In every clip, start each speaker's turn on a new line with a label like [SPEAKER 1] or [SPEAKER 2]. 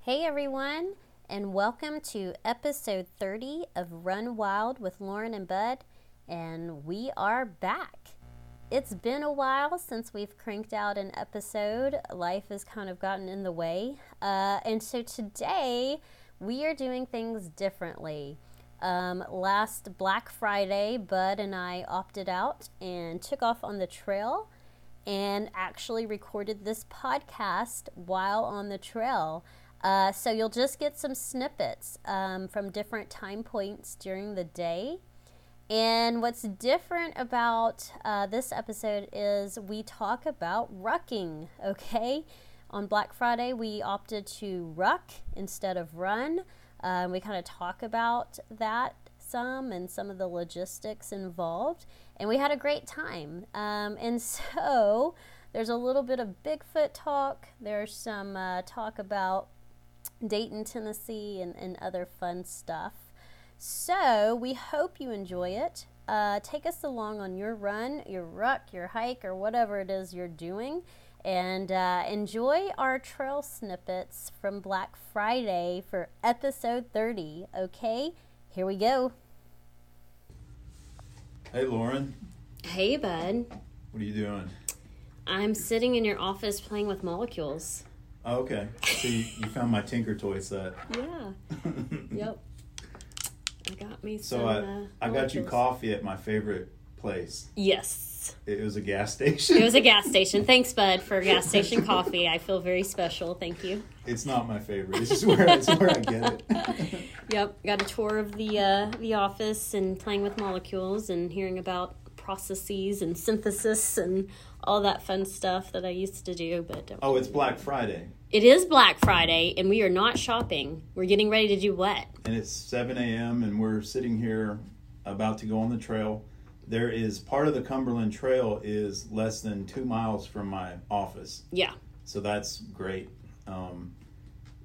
[SPEAKER 1] Hey everyone, and welcome to episode 30 of Run Wild with Lauren and Bud, and we are back. It's been a while since we've cranked out an episode. Life has kind of gotten in the way. Uh, and so today we are doing things differently. Um, last Black Friday, Bud and I opted out and took off on the trail and actually recorded this podcast while on the trail. Uh, so you'll just get some snippets um, from different time points during the day. And what's different about uh, this episode is we talk about rucking, okay? On Black Friday, we opted to ruck instead of run. Um, we kind of talk about that some and some of the logistics involved. And we had a great time. Um, and so there's a little bit of Bigfoot talk, there's some uh, talk about Dayton, Tennessee, and, and other fun stuff. So we hope you enjoy it. Uh, take us along on your run, your ruck, your hike, or whatever it is you're doing, and uh, enjoy our trail snippets from Black Friday for episode 30. Okay, here we go.
[SPEAKER 2] Hey Lauren,
[SPEAKER 1] Hey, bud.
[SPEAKER 2] what are you doing?
[SPEAKER 1] I'm sitting in your office playing with molecules.
[SPEAKER 2] Oh, okay. So you, you found my Tinker Toy set.
[SPEAKER 1] Yeah. Yep. I got me uh,
[SPEAKER 2] so I, I got you coffee at my favorite place.
[SPEAKER 1] Yes.
[SPEAKER 2] It was a gas station.
[SPEAKER 1] It was a gas station. Thanks, Bud, for gas station coffee. I feel very special. Thank you.
[SPEAKER 2] it's not my favorite. It's just where it's where I get it.
[SPEAKER 1] Yep, got a tour of the uh, the office and playing with molecules and hearing about processes and synthesis and all that fun stuff that I used to do. But don't.
[SPEAKER 2] Oh, it's Black Friday,
[SPEAKER 1] it is Black Friday, and we are not shopping. We're getting ready to do what?
[SPEAKER 2] and it's 7 a.m. and we're sitting here about to go on the trail. There is part of the Cumberland Trail is less than two miles from my office.
[SPEAKER 1] Yeah,
[SPEAKER 2] so that's great. Um,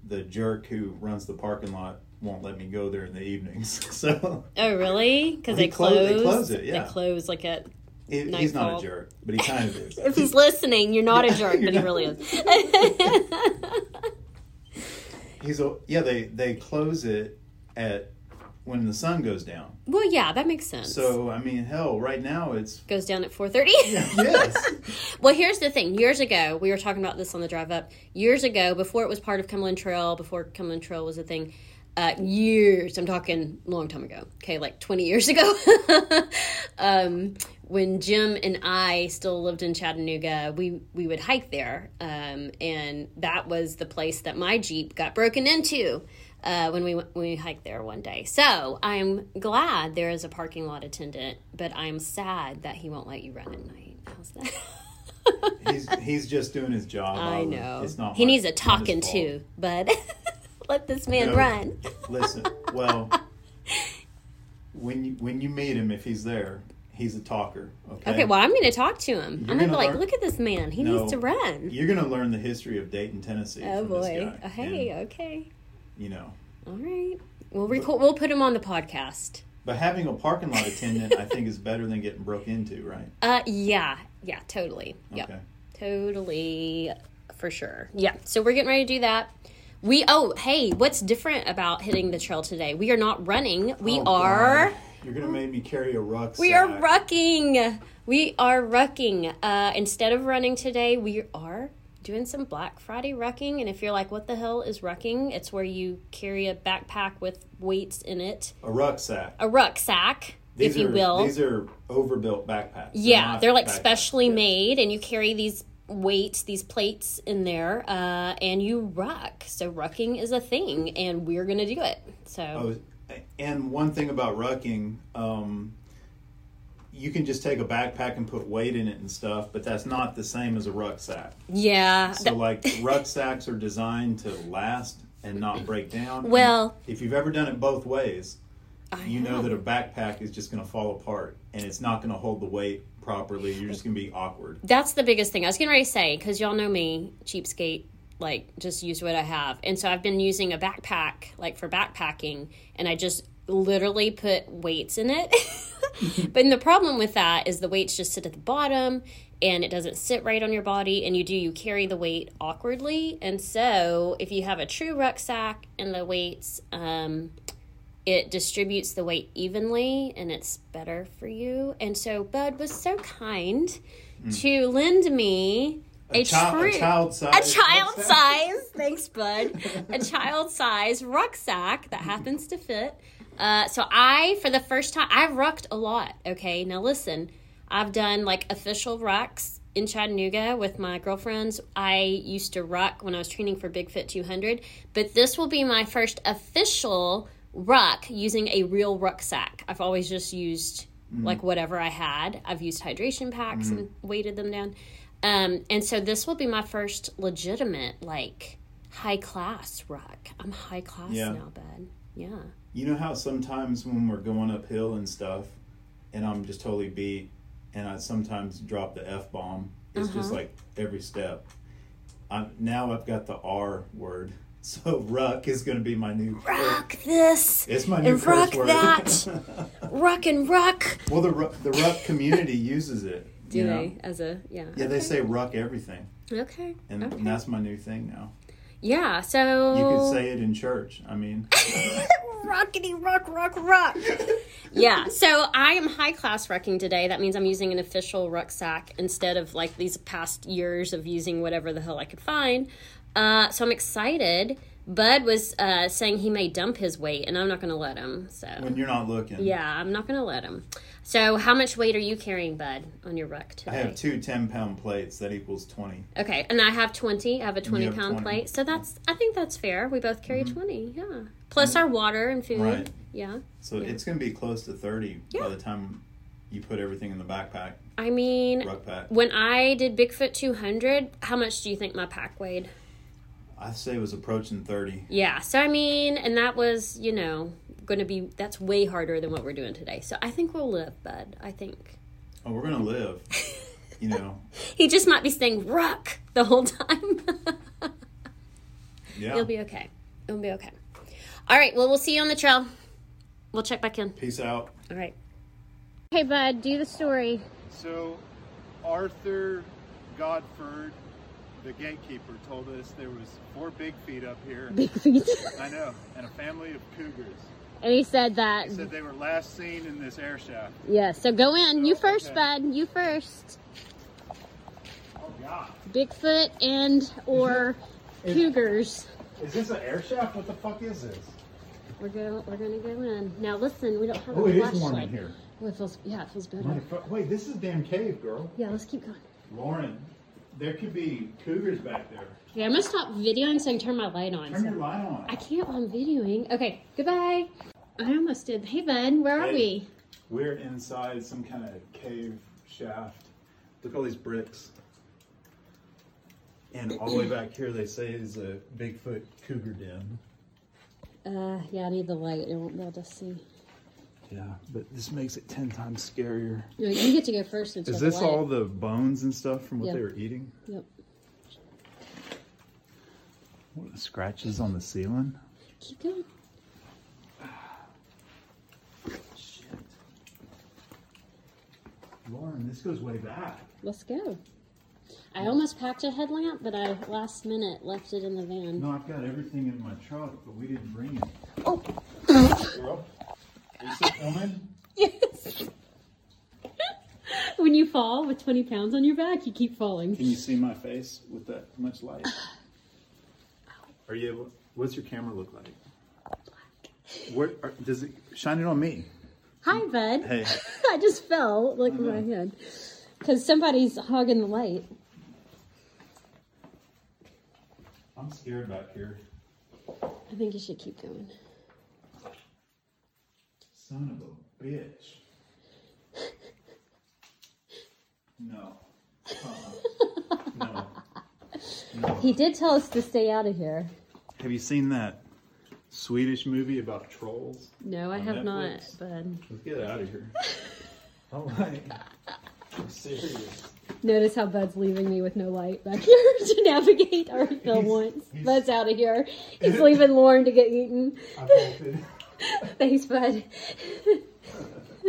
[SPEAKER 2] the jerk who runs the parking lot won't let me go there in the evenings, so
[SPEAKER 1] Oh, really? Because
[SPEAKER 2] They
[SPEAKER 1] they
[SPEAKER 2] clo-
[SPEAKER 1] close.
[SPEAKER 2] they close it, yeah.
[SPEAKER 1] They close like at.
[SPEAKER 2] he, he's not
[SPEAKER 1] Nightfall.
[SPEAKER 2] a jerk, but he kind of is.
[SPEAKER 1] If he's listening, you're not a jerk,
[SPEAKER 2] You're
[SPEAKER 1] but he
[SPEAKER 2] not-
[SPEAKER 1] really is.
[SPEAKER 2] He's a yeah. They they close it at when the sun goes down.
[SPEAKER 1] well, yeah, that makes sense.
[SPEAKER 2] So I mean, hell, right now it's
[SPEAKER 1] goes down at four thirty.
[SPEAKER 2] yes.
[SPEAKER 1] Well, here's the thing. Years ago, we were talking about this on the drive up. Years ago, before it was part of Cumberland Trail, before Cumberland Trail was a thing, uh, years, I'm talking a long time ago, okay, like 20 years ago, um, when Jim and I still lived in Chattanooga, we, we would hike there. Um, and that was the place that my Jeep got broken into. Uh, when we went- when we hiked there one day, so I'm glad there is a parking lot attendant, but I'm sad that he won't let you run at night. How's that?
[SPEAKER 2] He's he's just doing his job.
[SPEAKER 1] I
[SPEAKER 2] Oliver.
[SPEAKER 1] know.
[SPEAKER 2] Um, It's not.
[SPEAKER 1] he
[SPEAKER 2] my-
[SPEAKER 1] needs a
[SPEAKER 2] not his
[SPEAKER 1] talking
[SPEAKER 2] fault.
[SPEAKER 1] to, bud. Let this man
[SPEAKER 2] No.
[SPEAKER 1] run.
[SPEAKER 2] Listen, well, when you when you meet him, if he's there, he's a talker. Okay.
[SPEAKER 1] Okay, well, I'm going to talk to him.
[SPEAKER 2] You're
[SPEAKER 1] I'm going to
[SPEAKER 2] gonna
[SPEAKER 1] be like,
[SPEAKER 2] learn-
[SPEAKER 1] look at this man. He
[SPEAKER 2] No.
[SPEAKER 1] needs to run.
[SPEAKER 2] You're gonna learn the history of Dayton, Tennessee.
[SPEAKER 1] oh,
[SPEAKER 2] from this
[SPEAKER 1] boy.
[SPEAKER 2] guy.
[SPEAKER 1] Oh, hey,
[SPEAKER 2] And,
[SPEAKER 1] okay.
[SPEAKER 2] you know,
[SPEAKER 1] All right. We'll, record, we'll put him on the podcast.
[SPEAKER 2] but having a parking lot attendant, I think, is better than getting broke into, right?
[SPEAKER 1] Uh, Yeah, yeah, totally. Yep.
[SPEAKER 2] Okay.
[SPEAKER 1] Totally, for sure. Yeah, so we're getting ready to do that. We, oh, hey, what's different about hitting the trail today? We are not running. We
[SPEAKER 2] Oh,
[SPEAKER 1] are.
[SPEAKER 2] God. You're gonna make me carry a rucksack.
[SPEAKER 1] We are rucking. We are rucking. Uh, instead of running today, we are doing some Black Friday rucking. And if you're like, what the hell is rucking? It's where you carry a backpack with weights in it,
[SPEAKER 2] a rucksack.
[SPEAKER 1] a rucksack,
[SPEAKER 2] These
[SPEAKER 1] if you
[SPEAKER 2] are,
[SPEAKER 1] will.
[SPEAKER 2] These are overbuilt backpacks.
[SPEAKER 1] yeah,
[SPEAKER 2] not
[SPEAKER 1] they're like
[SPEAKER 2] backpacks.
[SPEAKER 1] specially
[SPEAKER 2] Yes.
[SPEAKER 1] made, and you carry these weights, these plates in there, uh, and you ruck. So rucking is a thing, and we're gonna do it. So
[SPEAKER 2] Oh, and one thing about rucking, um, you can just take a backpack and put weight in it and stuff, but that's not the same as a rucksack.
[SPEAKER 1] yeah,
[SPEAKER 2] So,
[SPEAKER 1] th-
[SPEAKER 2] like, rucksacks are designed to last and not break down.
[SPEAKER 1] Well-
[SPEAKER 2] if you've ever done it both ways,
[SPEAKER 1] I
[SPEAKER 2] you know that a backpack is just going to fall apart and it's not going to hold the weight properly. You're just going to be awkward.
[SPEAKER 1] That's the biggest thing I was getting ready to say because y'all know me, cheapskate. Like, just use what I have, and so I've been using a backpack, like for backpacking, and I just literally put weights in it. but the problem with that is the weights just sit at the bottom, and it doesn't sit right on your body and you do you carry the weight awkwardly and so if you have a true rucksack and the weights um, it distributes the weight evenly and it's better for you and so bud was so kind to lend me a,
[SPEAKER 2] child,
[SPEAKER 1] true
[SPEAKER 2] a child size.
[SPEAKER 1] a child
[SPEAKER 2] rucksack.
[SPEAKER 1] size thanks bud a child size rucksack that happens to fit uh, so i for the first time i've rucked a lot okay now listen i've done like official rucks in chattanooga with my girlfriends i used to ruck when i was training for big fit 200 but this will be my first official ruck using a real rucksack i've always just used like whatever i had i've used hydration packs and weighted them down um, and so this will be my first legitimate, like, high class ruck. I'm high class
[SPEAKER 2] Yeah.
[SPEAKER 1] now, bud. Yeah.
[SPEAKER 2] You know how sometimes when we're going uphill and stuff, and I'm just totally beat, and I sometimes drop the f bomb. It's
[SPEAKER 1] Uh-huh.
[SPEAKER 2] just like every step. I'm, now I've got the R word, so ruck is going to be my new.
[SPEAKER 1] Ruck this,
[SPEAKER 2] It's my new
[SPEAKER 1] And
[SPEAKER 2] curse
[SPEAKER 1] ruck
[SPEAKER 2] word.
[SPEAKER 1] that. ruck and ruck.
[SPEAKER 2] well, the ruck, the ruck community uses it.
[SPEAKER 1] Do
[SPEAKER 2] you know?
[SPEAKER 1] they? As a, yeah.
[SPEAKER 2] Yeah, they say ruck everything,
[SPEAKER 1] Okay.
[SPEAKER 2] and,
[SPEAKER 1] okay.
[SPEAKER 2] and that's my new thing now.
[SPEAKER 1] yeah, so.
[SPEAKER 2] You could say it in church. I mean,
[SPEAKER 1] Rockety rock rock rock. yeah, so I am high class rucking today. That means I'm using an official rucksack instead of like these past years of using whatever the hell I could find. Uh, so I'm excited. Bud was uh, saying he may dump his weight, and I'm not going to let him. So
[SPEAKER 2] when you're not looking.
[SPEAKER 1] yeah, I'm not going to let him. So how much weight are you carrying, Bud, on your ruck today?
[SPEAKER 2] I have two 10 pound plates. That equals 20.
[SPEAKER 1] Okay, and I have twenty. I have a
[SPEAKER 2] you
[SPEAKER 1] twenty
[SPEAKER 2] have
[SPEAKER 1] pound
[SPEAKER 2] 20.
[SPEAKER 1] plate, so that's. I think that's fair. We both carry twenty. Yeah, plus our water and food.
[SPEAKER 2] Mm-hmm. Right.
[SPEAKER 1] Yeah.
[SPEAKER 2] So it's going to be close to 30
[SPEAKER 1] Yeah.
[SPEAKER 2] by the time you put everything in the backpack,
[SPEAKER 1] I mean,
[SPEAKER 2] ruckpack.
[SPEAKER 1] When I did Bigfoot 200, how much do you think my pack weighed?
[SPEAKER 2] I say it was approaching 30.
[SPEAKER 1] Yeah, so I mean, and that was, you know, going to be, that's way harder than what we're doing today. So I think we'll live, bud. I think.
[SPEAKER 2] Oh, we're going to live. you know,
[SPEAKER 1] He just might be saying ruck the whole time.
[SPEAKER 2] yeah.
[SPEAKER 1] It'll be okay. It'll be okay. All right, well, we'll see you on the trail. We'll check back in.
[SPEAKER 2] Peace out.
[SPEAKER 1] All right. Hey, bud, do the story.
[SPEAKER 3] So, Arthur Godford, the gatekeeper, told us there was four big feet up here.
[SPEAKER 1] Big feet.
[SPEAKER 3] I know, and a family of cougars.
[SPEAKER 1] and he said that.
[SPEAKER 3] He said they were last seen in this air shaft.
[SPEAKER 1] yeah, so go in. You first,
[SPEAKER 3] Okay.
[SPEAKER 1] bud. You first.
[SPEAKER 3] Oh God!
[SPEAKER 1] Bigfoot and or cougars.
[SPEAKER 3] Is this an air shaft? What the fuck is this?
[SPEAKER 1] We're going. We're going to go in. Now listen, we don't have
[SPEAKER 3] Oh,
[SPEAKER 1] a
[SPEAKER 3] it
[SPEAKER 1] flashlight.
[SPEAKER 3] is warm in here.
[SPEAKER 1] Oh, it feels. Yeah, it feels better.
[SPEAKER 3] Wait, this is a damn cave, girl.
[SPEAKER 1] Yeah, let's keep going.
[SPEAKER 2] Lauren, there could be cougars back there.
[SPEAKER 1] Okay, I'm gonna stop videoing so I can turn my light on.
[SPEAKER 2] Turn
[SPEAKER 1] So.
[SPEAKER 2] your light on.
[SPEAKER 1] I can't while I'm videoing. Okay, goodbye. I almost did. Hey, bud, where are
[SPEAKER 2] Hey.
[SPEAKER 1] we?
[SPEAKER 2] We're inside some kind of cave shaft. Look at all these bricks. And all the way back here, they say is a Bigfoot cougar den.
[SPEAKER 1] Uh, yeah, I need the light. I won't be able to see.
[SPEAKER 2] Yeah, but this makes it 10 times scarier.
[SPEAKER 1] No, you get to go first. Since you
[SPEAKER 2] Is
[SPEAKER 1] have the
[SPEAKER 2] this
[SPEAKER 1] light.
[SPEAKER 2] all the bones and stuff from what
[SPEAKER 1] Yeah.
[SPEAKER 2] they were eating?
[SPEAKER 1] Yep.
[SPEAKER 2] What are the scratches on the ceiling?
[SPEAKER 1] Keep going.
[SPEAKER 2] Shit. Lauren, this goes way back.
[SPEAKER 1] Let's go. I almost packed a headlamp, but I last minute left it in the van.
[SPEAKER 2] No, I've got everything in my truck, but we didn't bring it. Oh. Girl, is it coming?
[SPEAKER 1] Yes. when you fall with 20 pounds on your back, you keep falling.
[SPEAKER 2] Can you see my face with that much light? Are you able? What's your camera look like? Where are, does it shine it on me?
[SPEAKER 1] Hi, bud.
[SPEAKER 2] Hey.
[SPEAKER 1] I just fell. Look at my head. Because somebody's hogging the light.
[SPEAKER 2] I'm scared back here.
[SPEAKER 1] I think you should keep going.
[SPEAKER 2] Son of a bitch. No. Uh-uh. No.
[SPEAKER 1] He did tell us to stay out of here.
[SPEAKER 2] Have you seen that Swedish movie about trolls?
[SPEAKER 1] No, I
[SPEAKER 2] On
[SPEAKER 1] have
[SPEAKER 2] Netflix.
[SPEAKER 1] not, bud.
[SPEAKER 2] Let's get out of here. All right. I'm serious.
[SPEAKER 1] Notice how Bud's leaving me with no light back here to navigate our film
[SPEAKER 2] He's-
[SPEAKER 1] once.
[SPEAKER 2] he's-
[SPEAKER 1] Bud's out of here. He's leaving Lauren to get eaten.
[SPEAKER 2] I bolted.
[SPEAKER 1] Thanks, bud.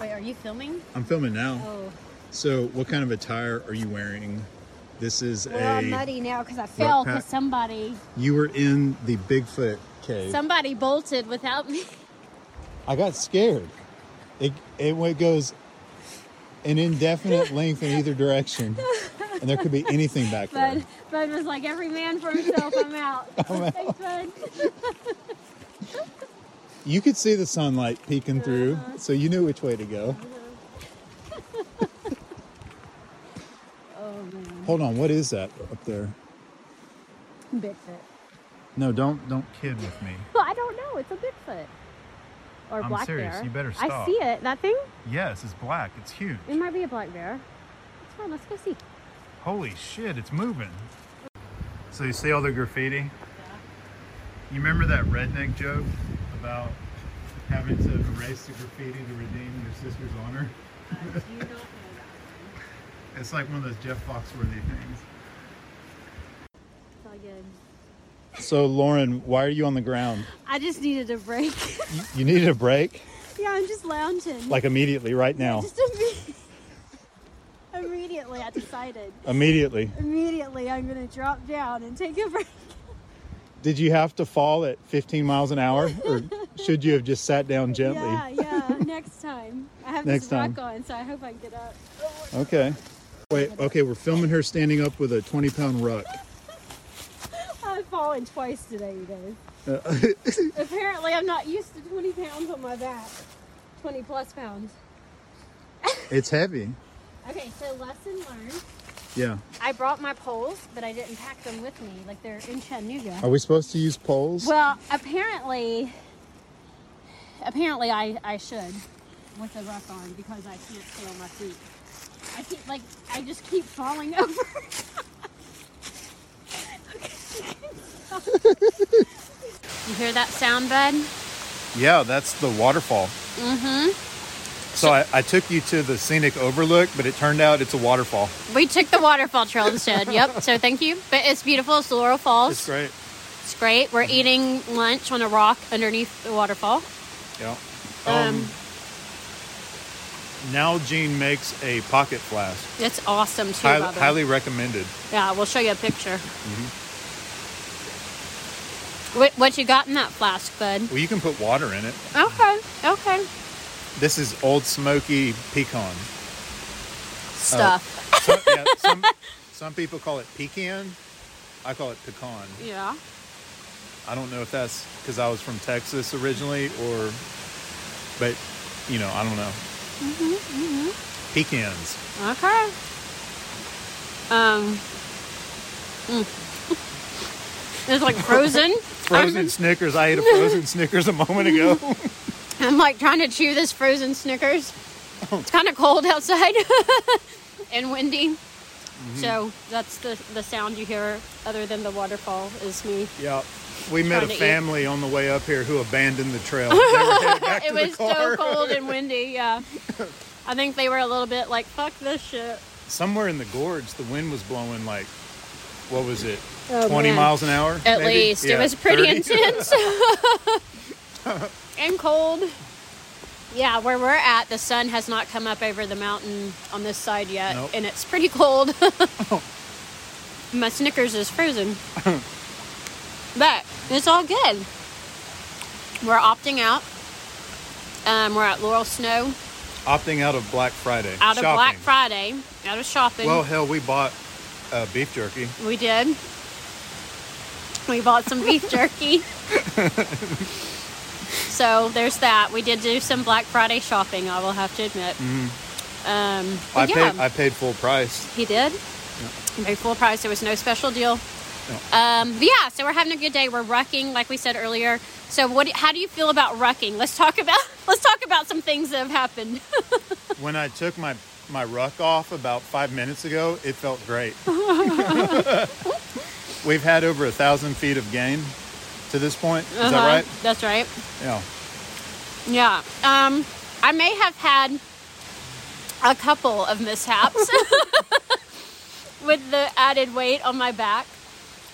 [SPEAKER 1] Wait, are you filming?
[SPEAKER 2] I'm filming now.
[SPEAKER 1] Oh,
[SPEAKER 2] So, what kind of attire are you wearing? This is
[SPEAKER 1] well, I'm e-
[SPEAKER 2] a.
[SPEAKER 1] muddy now because I fell
[SPEAKER 2] pack?
[SPEAKER 1] because somebody
[SPEAKER 2] You were in the Bigfoot cave.
[SPEAKER 1] somebody bolted without me.
[SPEAKER 2] I got scared. It it went- goes an indefinite length in either direction, and there could be anything back there.
[SPEAKER 1] Bud, Bud was like, every man for himself. I'm out. Thanks, Bud.
[SPEAKER 2] You could see the sunlight peeking through,
[SPEAKER 1] Uh-huh.
[SPEAKER 2] so you knew which way to go.
[SPEAKER 1] Uh-huh. Oh man,
[SPEAKER 2] Hold on, what is that up there?
[SPEAKER 1] Bigfoot.
[SPEAKER 2] No, don't don't kid with me.
[SPEAKER 1] Well, I don't know. It's a Bigfoot or
[SPEAKER 2] I'm
[SPEAKER 1] black
[SPEAKER 2] serious.
[SPEAKER 1] bear.
[SPEAKER 2] You better
[SPEAKER 1] I
[SPEAKER 2] stop.
[SPEAKER 1] see it. That thing.
[SPEAKER 2] Yes, it's black. It's huge.
[SPEAKER 1] It might be a black bear. It's fine. Let's go see.
[SPEAKER 2] Holy shit, it's moving. So you see all the graffiti? You remember that redneck joke about having to erase the graffiti to redeem your sister's honor?
[SPEAKER 1] Uh,
[SPEAKER 2] It's like one of those Jeff Foxworthy things.
[SPEAKER 1] It's all good.
[SPEAKER 2] So Lauren, why are you on the ground?
[SPEAKER 1] I just needed a break.
[SPEAKER 2] You, you needed a break,
[SPEAKER 1] yeah, I'm just lounging.
[SPEAKER 2] like immediately, right now.
[SPEAKER 1] Just imme- immediately, I decided.
[SPEAKER 2] Immediately.
[SPEAKER 1] Immediately, I'm gonna drop down and take a break.
[SPEAKER 2] Did you have to fall at 15 miles an hour, or should you have just sat down gently?
[SPEAKER 1] Yeah, yeah. Next time. I have
[SPEAKER 2] Next
[SPEAKER 1] this rock
[SPEAKER 2] time.
[SPEAKER 1] on, so I hope I can get up.
[SPEAKER 2] Okay. Wait. Okay, we're filming her standing up with a 20-pound ruck.
[SPEAKER 1] I've fallen twice today, you guys. Apparently, I'm not used to 20 pounds on my back. 20 plus pounds.
[SPEAKER 2] It's heavy.
[SPEAKER 1] Okay, so lesson learned.
[SPEAKER 2] Yeah.
[SPEAKER 1] I brought my poles, but I didn't pack them with me. Like they're in Chattanooga.
[SPEAKER 2] Are we supposed to use poles?
[SPEAKER 1] Well, apparently, apparently I, I should with the rock on because I can't stay on my feet. I keep like I just keep falling over. you hear that sound, bud?
[SPEAKER 2] yeah, that's the waterfall. Mm-hmm. So I, I took you to the scenic overlook, but it turned out it's a waterfall.
[SPEAKER 1] We took the waterfall trail instead. yep. So thank you, but it's beautiful. It's Laurel Falls.
[SPEAKER 2] It's great. Mm-hmm.
[SPEAKER 1] It's great. We're eating lunch on a rock underneath the waterfall.
[SPEAKER 2] Yeah.
[SPEAKER 1] Um,
[SPEAKER 2] now Gene makes a pocket flask.
[SPEAKER 1] It's awesome too.
[SPEAKER 2] Hi-
[SPEAKER 1] by the way.
[SPEAKER 2] highly Mm-hmm. recommended.
[SPEAKER 1] Yeah, we'll show you a picture. What, what you got in that flask, bud?
[SPEAKER 2] Well, you can put water in it.
[SPEAKER 1] Okay, okay.
[SPEAKER 2] This is Old Smoky pecan.
[SPEAKER 1] Stuff.
[SPEAKER 2] Some, yeah, some, some people call it pecan. I call it pecan.
[SPEAKER 1] Yeah.
[SPEAKER 2] I don't know if that's because I was from Texas originally or, but you know, I don't know. Mm-hmm, Pecans.
[SPEAKER 1] Okay. Um. mm. it's like frozen.
[SPEAKER 2] Frozen Snickers. I ate a frozen Snickers a moment ago.
[SPEAKER 1] I'm like trying to chew this frozen Snickers.
[SPEAKER 2] Oh.
[SPEAKER 1] It's kind of cold outside and windy.
[SPEAKER 2] Mm-hmm.
[SPEAKER 1] So that's the, the sound you hear other than the waterfall is me.
[SPEAKER 2] yeah. We met
[SPEAKER 1] Trying
[SPEAKER 2] a
[SPEAKER 1] to eat.
[SPEAKER 2] family on the way up here who abandoned the trail. They were headed back
[SPEAKER 1] it
[SPEAKER 2] to the
[SPEAKER 1] was so
[SPEAKER 2] car.
[SPEAKER 1] cold and windy. Yeah, I think they were a little bit like, "Fuck this shit."
[SPEAKER 2] Somewhere in the gorge, the wind was blowing like, what was it,
[SPEAKER 1] Oh,
[SPEAKER 2] 20
[SPEAKER 1] man.
[SPEAKER 2] miles an hour?
[SPEAKER 1] At
[SPEAKER 2] maybe?
[SPEAKER 1] least
[SPEAKER 2] Yeah,
[SPEAKER 1] it was pretty
[SPEAKER 2] 30.
[SPEAKER 1] intense and cold. Yeah, where we're at, the sun has not come up over the mountain on this side yet,
[SPEAKER 2] Nope.
[SPEAKER 1] and it's pretty cold. My Snickers is frozen, but it's all good. We're opting out. Um, we're at Laurel Snow
[SPEAKER 2] Opting out of Black Friday.
[SPEAKER 1] out of Black
[SPEAKER 2] Shopping.
[SPEAKER 1] Friday, out of shopping.
[SPEAKER 2] Well, hell, we bought uh, beef jerky.
[SPEAKER 1] We did. We bought some beef jerky. so there's that. We did do some Black Friday shopping, I will have to admit. Um, but
[SPEAKER 2] Mm-hmm. I
[SPEAKER 1] yeah,
[SPEAKER 2] paid I paid full price.
[SPEAKER 1] he did. He paid full price. There was no special deal.
[SPEAKER 2] No.
[SPEAKER 1] Um, but yeah, so we're having a good day. We're rucking, like we said earlier. So what? How do you feel about rucking? Let's talk about let's talk about some things that have happened.
[SPEAKER 2] When I took my my ruck off about five minutes ago, it felt great. We've had over a thousand feet of gain to this point. Is
[SPEAKER 1] Uh-huh.
[SPEAKER 2] that right?
[SPEAKER 1] That's right.
[SPEAKER 2] Yeah.
[SPEAKER 1] Yeah. Um, I may have had a couple of mishaps with the added weight on my back.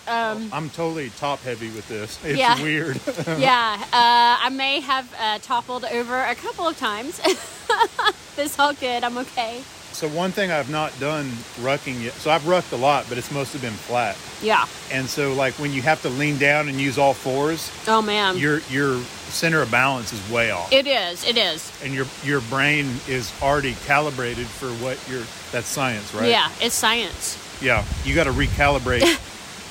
[SPEAKER 1] Um,
[SPEAKER 2] I'm totally top heavy with this. It's
[SPEAKER 1] Yeah.
[SPEAKER 2] weird.
[SPEAKER 1] yeah, uh, I may have uh, toppled over a couple of times. it's all good. I'm okay.
[SPEAKER 2] so one thing I've not done rucking yet. So I've rucked a lot, but it's mostly been flat.
[SPEAKER 1] Yeah.
[SPEAKER 2] And so like when you have to lean down and use all fours,
[SPEAKER 1] Oh man.
[SPEAKER 2] your your center of balance is way off.
[SPEAKER 1] it is. It is.
[SPEAKER 2] and your your brain is already calibrated for what your that's science, right?
[SPEAKER 1] Yeah. It's science.
[SPEAKER 2] Yeah. You got to recalibrate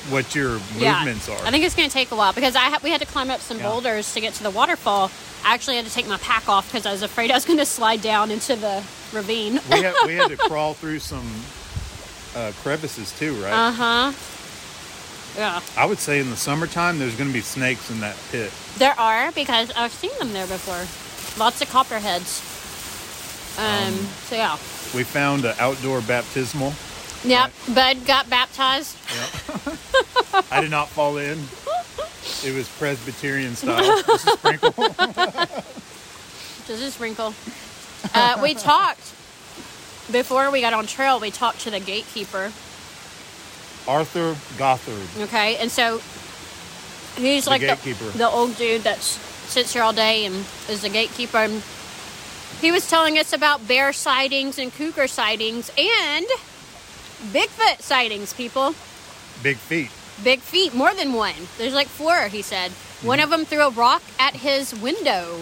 [SPEAKER 2] what your movements
[SPEAKER 1] yeah.
[SPEAKER 2] are.
[SPEAKER 1] I think it's going to take a while because I ha- we had to climb up some
[SPEAKER 2] Yeah.
[SPEAKER 1] boulders to get to the waterfall. I actually had to take my pack off because I was afraid I was going to slide down into the ravine.
[SPEAKER 2] we had we had to crawl through some uh, crevices too, right?
[SPEAKER 1] Uh huh. Yeah,
[SPEAKER 2] I would say in the summertime there's going to be snakes in that pit.
[SPEAKER 1] there are because I've seen them there before. Lots of copperheads. Um. so yeah.
[SPEAKER 2] We found an outdoor baptismal.
[SPEAKER 1] Yep. Bud got baptized.
[SPEAKER 2] I did not fall in. It was Presbyterian style. Just a sprinkle.
[SPEAKER 1] Just a sprinkle. Uh, we talked before we got on trail. We talked to the gatekeeper.
[SPEAKER 2] Arthur Gothard.
[SPEAKER 1] Okay, and so he's
[SPEAKER 2] The
[SPEAKER 1] like
[SPEAKER 2] gatekeeper.
[SPEAKER 1] The, the old dude that s- sits here all day and is the gatekeeper. And he was telling us about bear sightings and cougar sightings and Bigfoot sightings. People,
[SPEAKER 2] Big feet.
[SPEAKER 1] big feet, more than one. There's like four. He said one of them threw a rock at his window.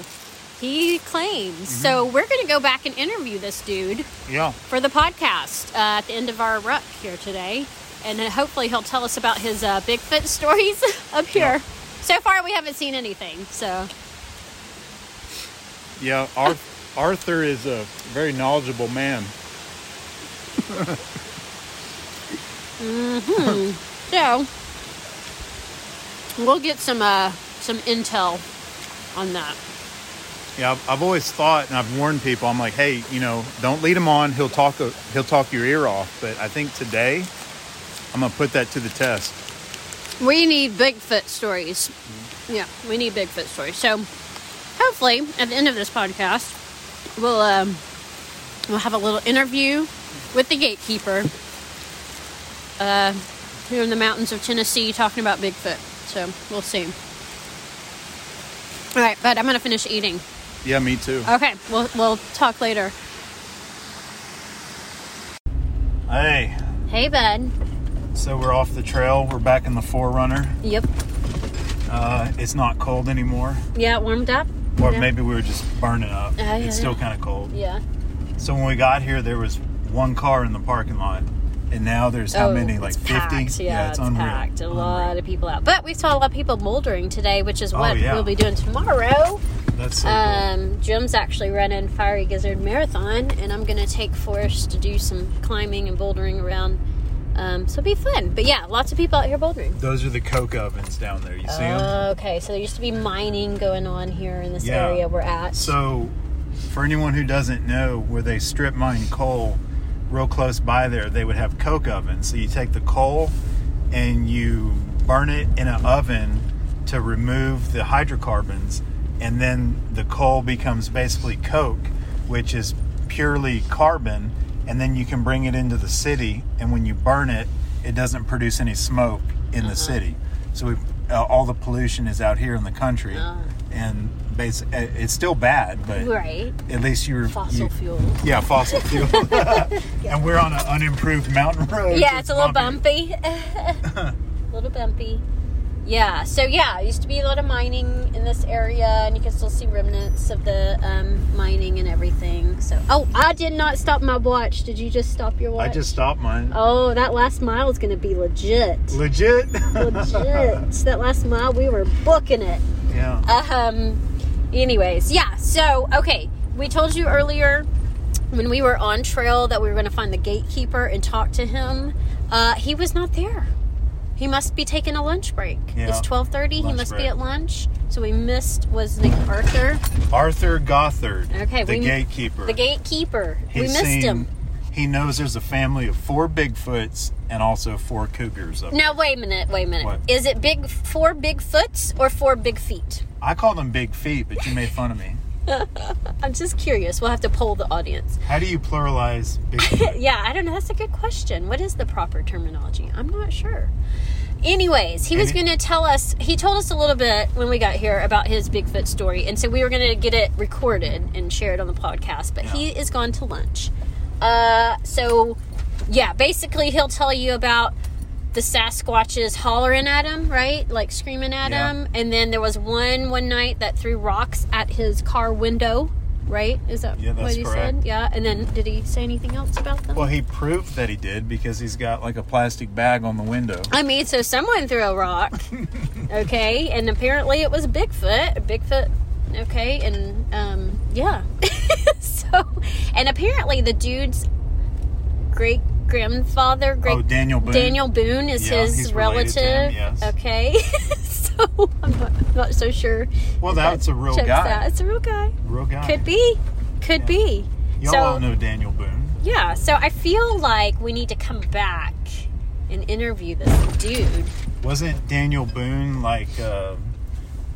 [SPEAKER 1] He claims. So we're going to go back and interview this dude
[SPEAKER 2] Yeah.
[SPEAKER 1] for the podcast uh, at the end of our ruck here today. And then hopefully he'll tell us about his uh, Bigfoot stories up here. So far, we haven't seen anything. So,
[SPEAKER 2] Yeah. Ar- Arthur is a very knowledgeable man.
[SPEAKER 1] so we'll get some uh, some intel on that.
[SPEAKER 2] Yeah, I've, I've always thought, and I've warned people. I'm like, hey, you know, don't lead him on. He'll talk. a- He'll talk your ear off. But I think today, I'm gonna put that to the test.
[SPEAKER 1] We need Bigfoot stories. Yeah, we need Bigfoot stories. So hopefully, at the end of this podcast, we'll um, we'll have a little interview with the gatekeeper uh, here in the mountains of Tennessee, talking about Bigfoot. So we'll see. All right, but I'm gonna finish eating.
[SPEAKER 2] Yeah, me too.
[SPEAKER 1] Okay, we'll we'll talk later.
[SPEAKER 2] Hey,
[SPEAKER 1] Hey, bud.
[SPEAKER 2] so we're off the trail. We're back in the Forerunner.
[SPEAKER 1] Yep.
[SPEAKER 2] Uh, it's not cold anymore,
[SPEAKER 1] Yeah, it warmed up.
[SPEAKER 2] or
[SPEAKER 1] Yeah.
[SPEAKER 2] maybe we were just burning up.
[SPEAKER 1] yeah,
[SPEAKER 2] it's still kind of cold.
[SPEAKER 1] Yeah.
[SPEAKER 2] So when we got here, there was one car in the parking lot, and now there's how
[SPEAKER 1] Oh,
[SPEAKER 2] many? Like
[SPEAKER 1] it's
[SPEAKER 2] fifty?
[SPEAKER 1] packed. Yeah, it's,
[SPEAKER 2] unreal.
[SPEAKER 1] packed. A
[SPEAKER 2] Unreal.
[SPEAKER 1] lot of people out, but we saw a lot of people moldering today, which is
[SPEAKER 2] Oh,
[SPEAKER 1] what
[SPEAKER 2] yeah.
[SPEAKER 1] we'll be doing tomorrow.
[SPEAKER 2] That's so cool.
[SPEAKER 1] Um, Jim's actually running Fiery Gizzard Marathon, and I'm gonna take Forrest to do some climbing and bouldering around. Um, so it'll be fun. But yeah, lots of people out here bouldering.
[SPEAKER 2] Those are the coke ovens down there. You see them?
[SPEAKER 1] okay, so there used to be mining going on here in this
[SPEAKER 2] Yeah.
[SPEAKER 1] area we're at.
[SPEAKER 2] So, for anyone who doesn't know, where they strip mine coal, real close by there, they would have coke ovens. So you take the coal and you burn it in an oven to remove the hydrocarbons, and then the coal becomes basically coke, which is purely carbon. And then you can bring it into the city, and when you burn it, it doesn't produce any smoke in the city. So we, uh, all the pollution is out here in the country, and basi- uh, it's still bad, but
[SPEAKER 1] right,
[SPEAKER 2] at least you're
[SPEAKER 1] fossil
[SPEAKER 2] you-
[SPEAKER 1] fuel.
[SPEAKER 2] Yeah, fossil fuel. and we're on an unimproved mountain road.
[SPEAKER 1] yeah, it's a little
[SPEAKER 2] bumpy.
[SPEAKER 1] bumpy. a little bumpy. Yeah. So yeah, it used to be a lot of mining in this area, and you can still see remnants of the um, mining and everything. So oh, I did not stop my watch. Did you just stop your watch?
[SPEAKER 2] I just stopped mine.
[SPEAKER 1] Oh, that last mile is gonna be legit.
[SPEAKER 2] Legit.
[SPEAKER 1] legit. That last mile, we were booking it.
[SPEAKER 2] yeah.
[SPEAKER 1] Um. Anyways, yeah. So okay, we told you earlier when we were on trail that we were going to find the gatekeeper and talk to him. Uh, he was not there. He must be taking a lunch break.
[SPEAKER 2] Yeah.
[SPEAKER 1] It's twelve thirty. He
[SPEAKER 2] Lunch
[SPEAKER 1] must be
[SPEAKER 2] break.
[SPEAKER 1] at lunch. So we missed was Nick Arthur,
[SPEAKER 2] Arthur Gothard.
[SPEAKER 1] Okay,
[SPEAKER 2] The
[SPEAKER 1] we-
[SPEAKER 2] gatekeeper.
[SPEAKER 1] the gatekeeper. we
[SPEAKER 2] He's
[SPEAKER 1] missed
[SPEAKER 2] seen-
[SPEAKER 1] him.
[SPEAKER 2] He knows there's a family of four Bigfoots and also four cougars. Up.
[SPEAKER 1] No, wait a minute. Wait a minute.
[SPEAKER 2] What?
[SPEAKER 1] Is it big four big foots or four big feet?
[SPEAKER 2] I call them big feet, but you made fun of me.
[SPEAKER 1] I'm just curious. We'll have to poll the audience.
[SPEAKER 2] How do you pluralize Bigfoot?
[SPEAKER 1] Yeah, I don't know. That's a good question. What is the proper terminology? I'm not sure. Anyways, he was
[SPEAKER 2] Any-
[SPEAKER 1] going to tell us. He told us a little bit when we got here about his Bigfoot story, and so we were going to get it recorded and share it on the podcast. But he is gone to lunch. Uh, so yeah, basically he'll tell you about the Sasquatches hollering at him, right? Like screaming at
[SPEAKER 2] Yeah.
[SPEAKER 1] him. And then there was one one night that threw rocks at his car window. Right? Is that
[SPEAKER 2] Yeah,
[SPEAKER 1] what
[SPEAKER 2] that's
[SPEAKER 1] he said?
[SPEAKER 2] correct.
[SPEAKER 1] Yeah. And then did he say anything else about them?
[SPEAKER 2] Well, he proved that he did because he's got like a plastic bag on the window.
[SPEAKER 1] I mean, so someone threw a rock, okay, and apparently it was Bigfoot. Bigfoot, okay, and um, yeah. so, and apparently the dude's great grandfather, great
[SPEAKER 2] Oh, Daniel Boone.
[SPEAKER 1] Daniel Boone is
[SPEAKER 2] Yeah,
[SPEAKER 1] his
[SPEAKER 2] he's
[SPEAKER 1] relative.
[SPEAKER 2] related to him, yes.
[SPEAKER 1] Okay, so I'm not, not so sure.
[SPEAKER 2] Well,
[SPEAKER 1] if that
[SPEAKER 2] Oh, that's a real
[SPEAKER 1] checks
[SPEAKER 2] guy.
[SPEAKER 1] out. It's a real guy.
[SPEAKER 2] Real guy.
[SPEAKER 1] Could be. Could be.
[SPEAKER 2] Y'all
[SPEAKER 1] so-
[SPEAKER 2] all know Daniel Boone.
[SPEAKER 1] Yeah, so I feel like we need to come back and interview this dude.
[SPEAKER 2] Wasn't Daniel Boone like uh,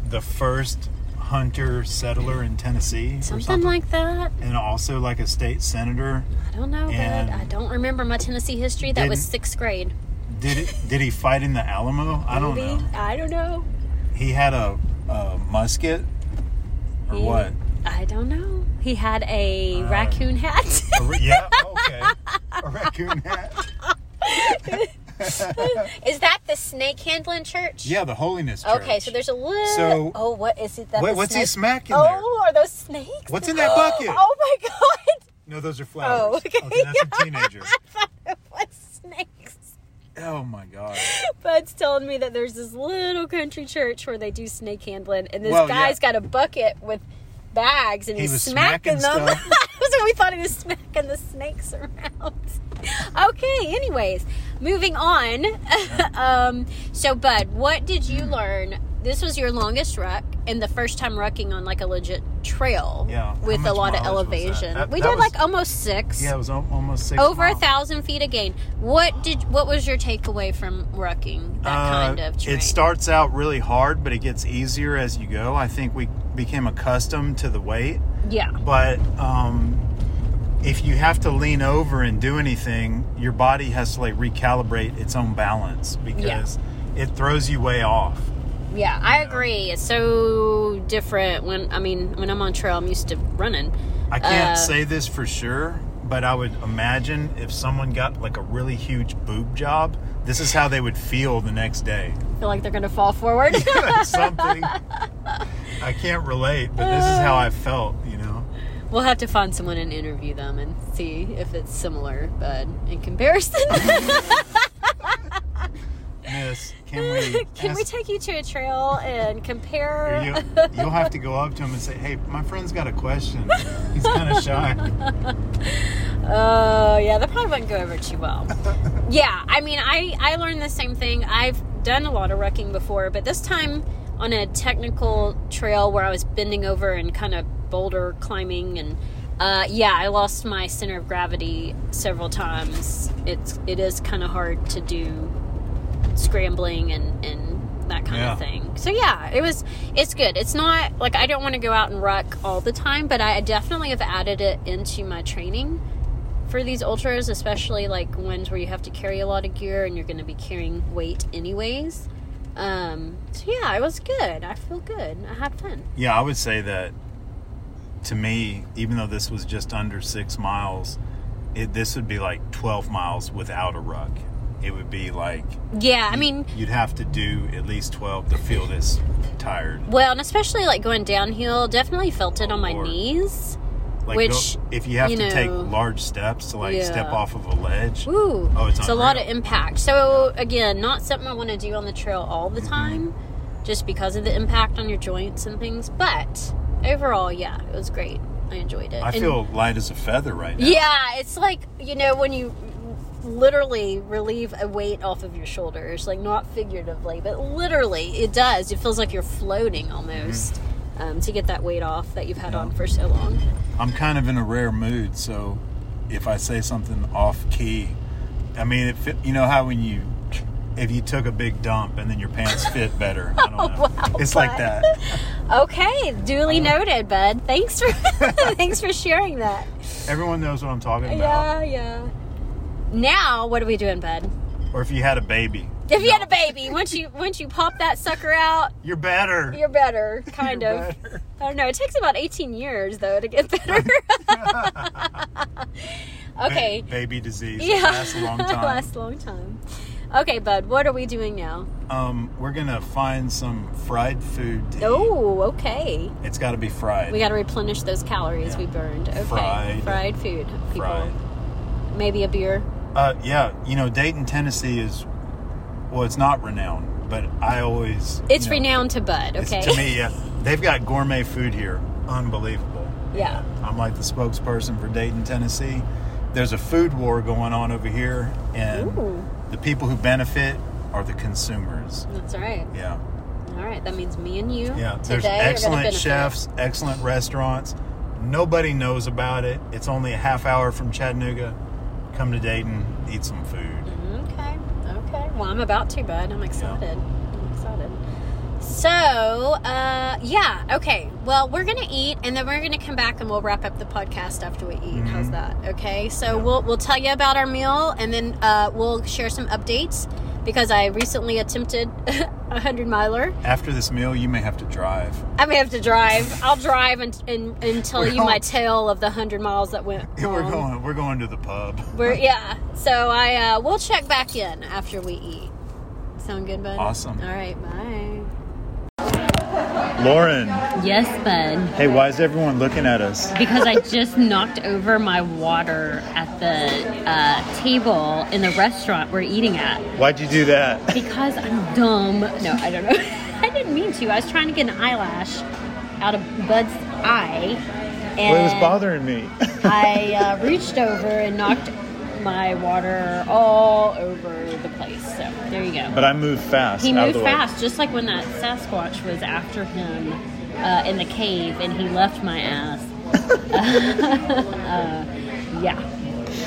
[SPEAKER 2] the first hunter settler in Tennessee or
[SPEAKER 1] something,
[SPEAKER 2] something?
[SPEAKER 1] like that.
[SPEAKER 2] and also like a state senator?
[SPEAKER 1] I don't know,
[SPEAKER 2] And-
[SPEAKER 1] but I don't remember my Tennessee history. That was
[SPEAKER 2] Didn't-
[SPEAKER 1] sixth grade.
[SPEAKER 2] Did it, did he fight in the Alamo? I don't
[SPEAKER 1] Maybe.
[SPEAKER 2] know.
[SPEAKER 1] I don't know.
[SPEAKER 2] He had a, a musket or
[SPEAKER 1] He-
[SPEAKER 2] what?
[SPEAKER 1] I don't know. He had a
[SPEAKER 2] Uh,
[SPEAKER 1] raccoon hat.
[SPEAKER 2] A ra- yeah, okay. A raccoon hat.
[SPEAKER 1] is that the snake handling church?
[SPEAKER 2] Yeah, the holiness church.
[SPEAKER 1] Okay, so there's a little.
[SPEAKER 2] So-
[SPEAKER 4] oh, what is it? That
[SPEAKER 2] Wait,
[SPEAKER 4] the
[SPEAKER 2] what's he
[SPEAKER 4] snake-
[SPEAKER 2] smacking there?
[SPEAKER 4] Oh, are those snakes?
[SPEAKER 2] What's in that bucket?
[SPEAKER 4] Oh my god!
[SPEAKER 2] No, those
[SPEAKER 1] Oh,
[SPEAKER 2] are flowers.
[SPEAKER 4] okay.
[SPEAKER 2] that's a teenager.
[SPEAKER 4] I thought it was snakes.
[SPEAKER 2] Oh my god.
[SPEAKER 1] Bud's telling me that there's this little country church where they do snake handling, and this
[SPEAKER 2] Well,
[SPEAKER 1] guy's
[SPEAKER 2] yeah.
[SPEAKER 1] got a bucket with bags, and
[SPEAKER 2] He
[SPEAKER 1] he's
[SPEAKER 2] was
[SPEAKER 1] smacking,
[SPEAKER 2] smacking
[SPEAKER 1] them.
[SPEAKER 2] stuff.
[SPEAKER 1] That's what we thought he was smacking the snakes around. okay. Anyways, moving on. um, so, Bud, what did you learn? This was your longest ruck, and the first time rucking on like a legit trail
[SPEAKER 2] Yeah, how
[SPEAKER 1] with a
[SPEAKER 2] much
[SPEAKER 1] lot of
[SPEAKER 2] mileage was that?
[SPEAKER 1] elevation.
[SPEAKER 2] That-
[SPEAKER 1] we
[SPEAKER 2] that
[SPEAKER 1] did
[SPEAKER 2] was-
[SPEAKER 1] like almost six
[SPEAKER 2] Yeah, it was al- almost six.
[SPEAKER 1] over a
[SPEAKER 2] miles.
[SPEAKER 1] thousand feet of gain. What did what was your takeaway from rucking that kind
[SPEAKER 2] Uh,
[SPEAKER 1] of terrain?
[SPEAKER 2] It starts out really hard, but it gets easier as you go. I think we became accustomed to the weight,
[SPEAKER 1] yeah,
[SPEAKER 2] but um, if you have to lean over and do anything, your body has to like recalibrate its own balance because it throws you way off.
[SPEAKER 1] yeah, I agree. It's so different when I mean when I'm on trail, I'm used to running.
[SPEAKER 2] I can't
[SPEAKER 1] Uh,
[SPEAKER 2] say this for sure, but I would imagine if someone got like a really huge boob job, this is how they would feel the next day.
[SPEAKER 1] I feel like they're gonna fall forward.
[SPEAKER 2] Something I can't relate, but this is how I felt, you know.
[SPEAKER 1] we'll have to find someone and interview them and see if it's similar, but in comparison,
[SPEAKER 2] Miss, can we?
[SPEAKER 1] can we
[SPEAKER 2] ask-
[SPEAKER 1] take you to a trail and
[SPEAKER 2] or
[SPEAKER 1] compare?
[SPEAKER 2] you, you'll have to go up to him and say, "Hey, my friend's got a question. He's kind of shy."
[SPEAKER 1] Oh yeah, that probably wouldn't go over too well. yeah, I mean, I I learned the same thing. I've done a lot of wrecking before, but this time on a technical trail where I was bending over and kind of boulder climbing, and uh, yeah, I lost my center of gravity several times. It's it is kind of hard to do scrambling and and that kind
[SPEAKER 2] Yeah.
[SPEAKER 1] of thing. So yeah, it was it's good. It's not like I don't want to go out and ruck all the time, but I definitely have added it into my training for these ultras, especially like ones where you have to carry a lot of gear and you're going to be carrying weight anyways. Um, so yeah, it was good. I feel good. I had fun.
[SPEAKER 2] Yeah, I would say that. To me, even though this was just under six miles, it, this would be like twelve miles without a ruck. It would be like
[SPEAKER 1] Yeah, I mean,
[SPEAKER 2] you'd have to do at least twelve to feel this tired.
[SPEAKER 1] well, and especially like going downhill, definitely felt it on my
[SPEAKER 2] Lord.
[SPEAKER 1] knees.
[SPEAKER 2] Like
[SPEAKER 1] Which,
[SPEAKER 2] go- if you have
[SPEAKER 1] you
[SPEAKER 2] to take
[SPEAKER 1] know,
[SPEAKER 2] large steps to like step
[SPEAKER 1] yeah.
[SPEAKER 2] off of a ledge.
[SPEAKER 1] Ooh,
[SPEAKER 2] Oh, it's
[SPEAKER 1] a lot of
[SPEAKER 2] unreal.
[SPEAKER 1] impact. So again, not something I want to do on the trail all
[SPEAKER 2] Mm-hmm.
[SPEAKER 1] the time, just because of the impact on your joints and things. But overall, yeah, it was great. I enjoyed it.
[SPEAKER 2] I
[SPEAKER 1] And-
[SPEAKER 2] feel light as a feather right now.
[SPEAKER 1] Yeah, it's like you know when you literally relieve a weight off of your shoulders, like not figuratively, but literally, it does. It feels like you're floating almost
[SPEAKER 2] Mm-hmm.
[SPEAKER 1] um, to get that weight off that you've had on for so long.
[SPEAKER 2] I'm kind of in a rare mood, so if I say something off key, I mean, it fit, you know how when you if you took a big dump and then your pants fit better. I
[SPEAKER 1] Oh,
[SPEAKER 2] don't know. it's like that.
[SPEAKER 1] Okay, duly noted, bud. Thanks for thanks for sharing that.
[SPEAKER 2] Everyone knows what I'm talking about.
[SPEAKER 1] Yeah, yeah. Now, what are we doing, bud?
[SPEAKER 2] Or if you had a baby
[SPEAKER 1] If you had a baby, once you once you pop that sucker out,
[SPEAKER 2] You're better.
[SPEAKER 1] you're better, kind
[SPEAKER 2] You're
[SPEAKER 1] of.
[SPEAKER 2] better.
[SPEAKER 1] I don't know. Oh, It takes about 18 years though to get better.
[SPEAKER 2] Ba-
[SPEAKER 1] okay.
[SPEAKER 2] baby disease.
[SPEAKER 1] Yeah.
[SPEAKER 2] Yeah. Lasts a long time.
[SPEAKER 1] Lasts a long time. Okay, bud. What are we doing now?
[SPEAKER 2] Um, we're gonna find some fried food. To eat.
[SPEAKER 1] Oh, okay.
[SPEAKER 2] It's got to be fried.
[SPEAKER 1] We got to replenish those calories
[SPEAKER 2] Yeah.
[SPEAKER 1] we burned. Okay.
[SPEAKER 2] Fried.
[SPEAKER 1] Fried food. People.
[SPEAKER 2] fried.
[SPEAKER 1] Maybe a beer.
[SPEAKER 2] Uh, yeah, you know Dayton, Tennessee is well, it's not renowned, but I always you
[SPEAKER 1] It's
[SPEAKER 2] know,
[SPEAKER 1] renowned to Bud.
[SPEAKER 2] it's-
[SPEAKER 1] Okay.
[SPEAKER 2] to me, yeah, they've got gourmet food here, unbelievable.
[SPEAKER 1] yeah.
[SPEAKER 2] I'm like the spokesperson for Dayton, Tennessee. There's a food war going on over here, and
[SPEAKER 1] Ooh.
[SPEAKER 2] the people who benefit are the consumers.
[SPEAKER 1] That's all right.
[SPEAKER 2] Yeah,
[SPEAKER 1] All right. That means me and you.
[SPEAKER 2] yeah.
[SPEAKER 1] Today
[SPEAKER 2] There's
[SPEAKER 1] are gonna
[SPEAKER 2] excellent
[SPEAKER 1] benefit.
[SPEAKER 2] chefs, excellent restaurants. Nobody knows about it. It's only a half hour from Chattanooga. Come to Dayton, eat some food.
[SPEAKER 1] Okay. Okay. Well, I'm about to, bud. I'm excited. I'm excited. So, uh, yeah. Okay. Well, we're gonna eat, and then we're gonna come back, and we'll wrap up the podcast after we eat. How's
[SPEAKER 2] Mm-hmm.
[SPEAKER 1] that? Okay. So we'll we'll tell you about our meal, and then uh, we'll share some updates because I recently attempted a hundred miler.
[SPEAKER 2] After this meal, you may have to drive.
[SPEAKER 1] I may have to drive. I'll drive and and, and tell you
[SPEAKER 2] Well-
[SPEAKER 1] my tale of the hundred miles that went.
[SPEAKER 2] We're
[SPEAKER 4] Um,
[SPEAKER 1] wrong.
[SPEAKER 2] going. We're going to the pub.
[SPEAKER 1] We're yeah. So I uh, we'll check back in after we eat. Sound good, bud?
[SPEAKER 2] Awesome.
[SPEAKER 1] All right, bye.
[SPEAKER 2] Lauren,
[SPEAKER 4] Yes, bud.
[SPEAKER 2] hey, why is everyone looking at us?
[SPEAKER 4] Because I just knocked over my water at the uh, table in the restaurant we're eating at.
[SPEAKER 2] Why'd you do that?
[SPEAKER 4] Because I'm dumb. No, I don't know. I didn't mean to. I was trying to get an eyelash out of Bud's eye. And
[SPEAKER 2] Well, it was bothering me.
[SPEAKER 4] I uh, reached over and knocked my water all over the place. So there you go.
[SPEAKER 2] But I moved fast.
[SPEAKER 4] He
[SPEAKER 2] out of
[SPEAKER 4] moved
[SPEAKER 2] the way.
[SPEAKER 4] fast, just like when that Sasquatch was after him uh, in the cave, and he left my ass. uh, yeah.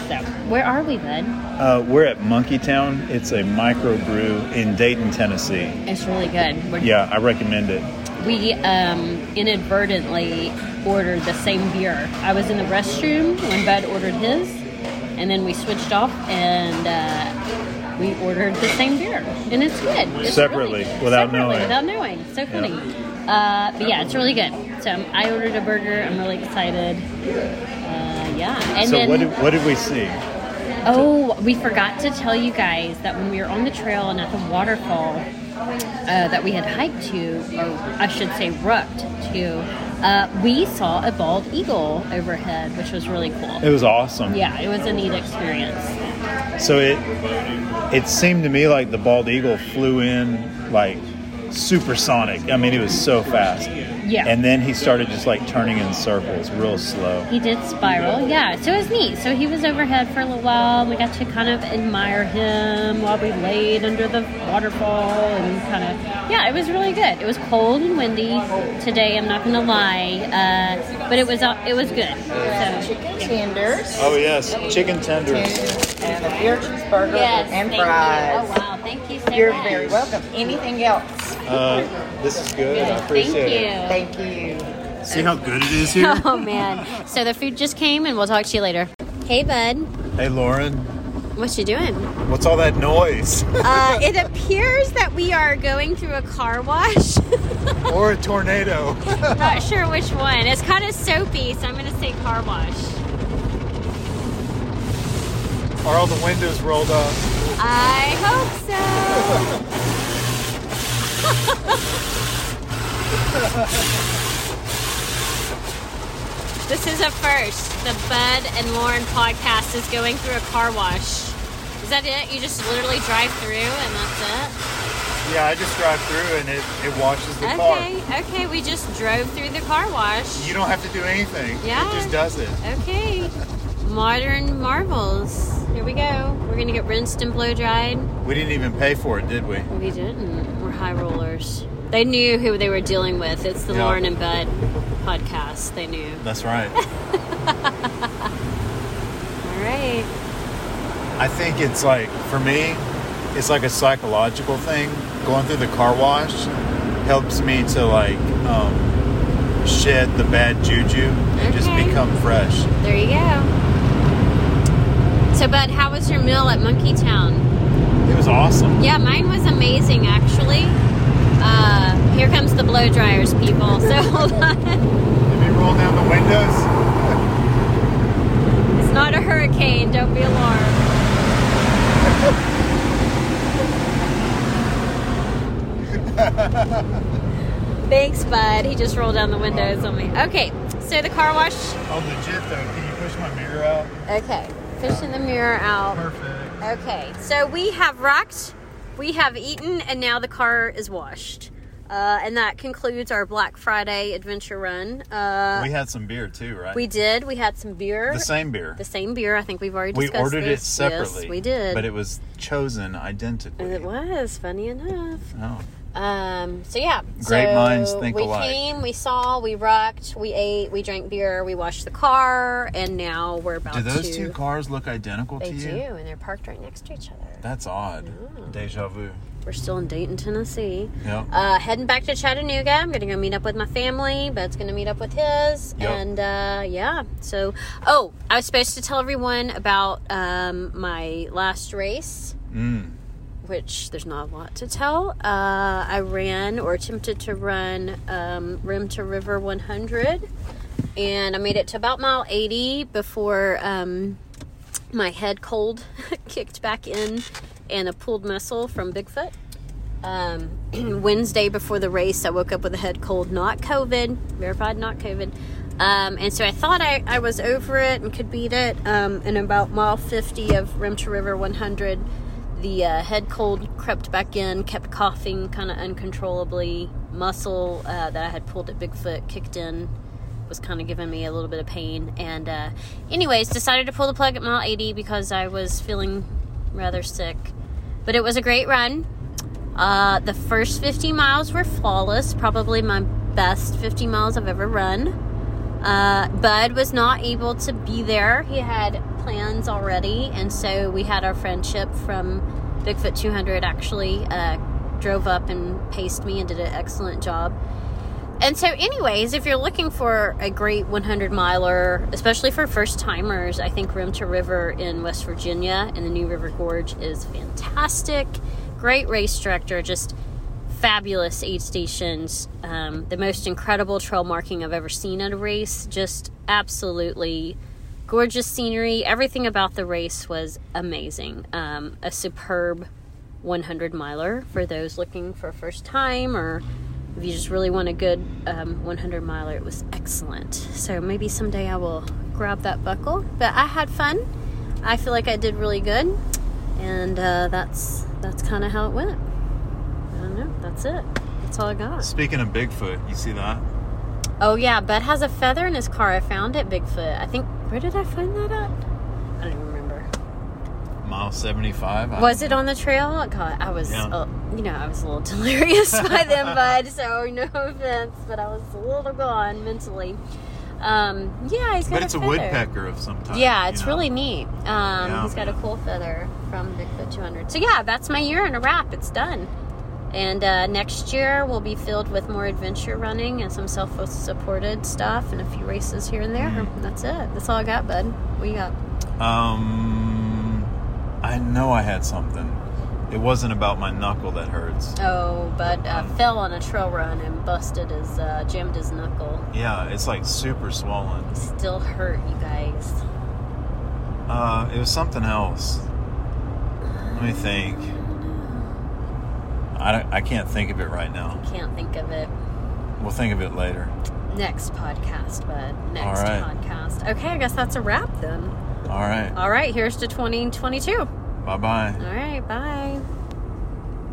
[SPEAKER 4] So where are we, bud?
[SPEAKER 2] Uh, we're at Monkey Town. It's a microbrew in Dayton, Tennessee.
[SPEAKER 4] It's really good. We're
[SPEAKER 2] Yeah, I recommend it.
[SPEAKER 4] we um, inadvertently ordered the same beer. I was in the restroom when Bud ordered his, and then we switched off and uh, we ordered the same beer, and it's good. It's
[SPEAKER 2] Separately,
[SPEAKER 4] really good.
[SPEAKER 2] without
[SPEAKER 4] Separately,
[SPEAKER 2] knowing.
[SPEAKER 4] Without knowing, so funny. Uh, but yeah, it's really good. So um, I ordered a burger. I'm really excited. Uh, yeah, and
[SPEAKER 2] so
[SPEAKER 4] then
[SPEAKER 2] what did, what did we see?
[SPEAKER 4] Oh, we forgot to tell you guys that when we were on the trail and at the waterfall uh, that we had hiked to, or I should say, rucked to, uh, we saw a bald eagle overhead, which was really
[SPEAKER 2] It
[SPEAKER 4] cool.
[SPEAKER 2] was awesome.
[SPEAKER 4] Yeah, it was a neat experience.
[SPEAKER 2] So it it seemed to me like the bald eagle flew in like supersonic. I mean, it was so fast.
[SPEAKER 4] Yeah.
[SPEAKER 2] And then he started just like turning in circles, real slow.
[SPEAKER 4] He did spiral, yeah. So it was neat. So he was overhead for a little while. We got to kind of admire him while we laid under the waterfall and kind of, yeah, it was really good. It was cold and windy today. I'm not gonna lie, uh, but it was uh, it was good. So
[SPEAKER 5] tenders
[SPEAKER 2] Oh yes, chicken tenders.
[SPEAKER 5] and a beer cheeseburger
[SPEAKER 1] Oh,
[SPEAKER 4] yes,
[SPEAKER 5] and
[SPEAKER 4] thank you.
[SPEAKER 5] fries.
[SPEAKER 4] Oh wow, thank you so
[SPEAKER 5] You're
[SPEAKER 4] much.
[SPEAKER 5] very welcome. Anything else?
[SPEAKER 2] Uh, this is good. I appreciate
[SPEAKER 4] Thank you.
[SPEAKER 2] it.
[SPEAKER 5] Thank you.
[SPEAKER 2] See how good it is here?
[SPEAKER 1] Oh man. So the food just came, and we'll talk to you later. Hey, bud.
[SPEAKER 2] hey, Lauren,
[SPEAKER 1] What you doing?
[SPEAKER 2] what's all that noise?
[SPEAKER 1] Uh, it appears that we are going through a car wash.
[SPEAKER 2] or a tornado?
[SPEAKER 1] Not sure which one. It's kind of soapy, so I'm gonna say car wash.
[SPEAKER 2] Are all the windows rolled up?
[SPEAKER 1] I hope so. this is a first. The Bud and Lauren podcast is going through a car wash. Is that it? You just literally drive through and that's
[SPEAKER 2] Yeah, I just drive through and it, it washes the
[SPEAKER 1] it?
[SPEAKER 2] car.
[SPEAKER 1] Okay, okay, we just drove through the car wash.
[SPEAKER 2] You don't have to do anything.
[SPEAKER 1] Yeah.
[SPEAKER 2] It just does it.
[SPEAKER 1] Okay. Modern marvels. Here we go. We're gonna get rinsed and blow dried.
[SPEAKER 2] We didn't even pay for it, did we?
[SPEAKER 1] We didn't. We're high rollers. They knew who they were dealing with. It's the
[SPEAKER 2] Yeah.
[SPEAKER 1] Lauren and Bud podcast. They knew.
[SPEAKER 2] That's right.
[SPEAKER 1] All right.
[SPEAKER 2] I think it's like, for me, it's like a psychological thing. Going through the car wash helps me to like um, shed the bad juju and just
[SPEAKER 1] Okay.
[SPEAKER 2] become fresh.
[SPEAKER 1] There you go. So, Bud, how was your meal at Monkey Town?
[SPEAKER 2] It was was awesome.
[SPEAKER 1] Yeah, mine was amazing actually. Uh, here comes the blow dryers, people. So hold on.
[SPEAKER 2] Did we roll down the windows?
[SPEAKER 1] It's not a hurricane. Don't be alarmed. Thanks, bud. He just rolled down the windows on me. Okay, so the car wash.
[SPEAKER 2] Oh, legit though. Can you push my mirror out?
[SPEAKER 1] Okay, pushing the mirror out.
[SPEAKER 2] Perfect.
[SPEAKER 1] Okay, so we have rocked, we have eaten, and now the car is washed. Uh, and that concludes our Black Friday adventure run. Uh,
[SPEAKER 2] we had some beer too, right?
[SPEAKER 1] we did. We had some beer.
[SPEAKER 2] the same beer.
[SPEAKER 1] The same beer. I think we've already
[SPEAKER 2] we
[SPEAKER 1] discussed
[SPEAKER 2] ordered it
[SPEAKER 1] this.
[SPEAKER 2] separately.
[SPEAKER 1] Yes, we did.
[SPEAKER 2] But it was chosen identically.
[SPEAKER 1] And it was funny enough.
[SPEAKER 2] Oh,
[SPEAKER 1] Um, so yeah,
[SPEAKER 2] Great
[SPEAKER 1] so
[SPEAKER 2] minds think
[SPEAKER 1] we
[SPEAKER 2] alike.
[SPEAKER 1] came, we saw, we rocked, we ate, we drank beer, we washed the car, and now we're about
[SPEAKER 2] do those
[SPEAKER 1] to.
[SPEAKER 2] two cars look identical
[SPEAKER 1] they
[SPEAKER 2] to you?
[SPEAKER 1] do, and they're parked right next to each other.
[SPEAKER 2] That's odd. Deja vu.
[SPEAKER 1] We're still in Dayton, Tennessee.
[SPEAKER 2] Yep.
[SPEAKER 1] Uh, heading back to Chattanooga. I'm gonna go meet up with my family. Bud's gonna meet up with his,
[SPEAKER 2] Yep.
[SPEAKER 1] and uh, yeah. So, oh, I was supposed to tell everyone about um, my last race,
[SPEAKER 2] mm.
[SPEAKER 1] which there's not a lot to tell. Uh, I ran or attempted to run um, Rim to River 100, and I made it to about mile 80 before um, my head cold kicked back in, and a pulled muscle from Bigfoot um, Wednesday before the race, I woke up with a head cold, not COVID, verified not COVID. Um, and so I thought I, I was over it and could beat it. Um, and about mile 50 of Rim to River 100, the uh, head cold crept back in, kept coughing kind of uncontrollably. Muscle uh, that I had pulled at Bigfoot kicked in, was kind of giving me a little bit of pain. And, uh, anyways, decided to pull the plug at mile 80 because I was feeling rather sick. But it was a great run. Uh, the first 50 miles were flawless, probably my best 50 miles I've ever run. Uh, Bud was not able to be there. He had plans already, and so we had our friendship from Bigfoot 200 actually uh, drove up and paced me and did an excellent job. And so, anyways, if you're looking for a great 100 miler, especially for first timers, I think Rim to River in West Virginia in the New River Gorge is fantastic. Great race director, just fabulous aid stations. Um, the most incredible trail marking I've ever seen at a race. Just absolutely gorgeous scenery. Everything about the race was amazing. Um, a superb 100 miler for those looking for first time or if you just really want a good um, 100 miler it was excellent so maybe someday i will grab that buckle but i had fun i feel like i did really good and uh, that's that's kind of how it went i don't know that's it that's all i got
[SPEAKER 2] Speaking of Bigfoot, you see that?
[SPEAKER 1] oh yeah bud has a feather in his car i found it bigfoot i think where did i find that at i don't even remember
[SPEAKER 2] Mile 75. I-
[SPEAKER 1] Was it on the trail? God, I was,
[SPEAKER 2] Yeah.
[SPEAKER 1] uh, you know, I was a little delirious by then, bud. So no offense, but I was a little gone mentally. Um, yeah, he's got
[SPEAKER 2] But
[SPEAKER 1] a
[SPEAKER 2] it's a
[SPEAKER 1] feather.
[SPEAKER 2] woodpecker of some type.
[SPEAKER 1] Yeah,
[SPEAKER 2] you
[SPEAKER 1] it's
[SPEAKER 2] know?
[SPEAKER 1] really neat. Um,
[SPEAKER 2] Yeah,
[SPEAKER 1] he's got
[SPEAKER 2] man.
[SPEAKER 1] a cool feather from Bigfoot 200. So yeah, that's my year in a wrap. It's done. And uh, next year will be filled with more adventure running and some self-supported stuff and a few races here and there.
[SPEAKER 2] Mm-hmm.
[SPEAKER 1] That's it. That's all I got, bud. What you got?
[SPEAKER 2] Um, I know I had something. It wasn't about my knuckle that hurts.
[SPEAKER 1] Oh, but uh, fell on a trail run and busted his, uh, jammed his knuckle.
[SPEAKER 2] Yeah, it's like super swollen.
[SPEAKER 1] Still hurt, you guys.
[SPEAKER 2] Uh, it was something else. Let me think. I, don't- I can't think of it right now.
[SPEAKER 1] Can't think of it.
[SPEAKER 2] We'll think of it later.
[SPEAKER 1] Next podcast, but next
[SPEAKER 2] All right.
[SPEAKER 1] podcast. Okay, I guess that's a wrap then.
[SPEAKER 2] All right.
[SPEAKER 1] All right, here's to 2022. All
[SPEAKER 2] Bye bye.
[SPEAKER 1] right, bye.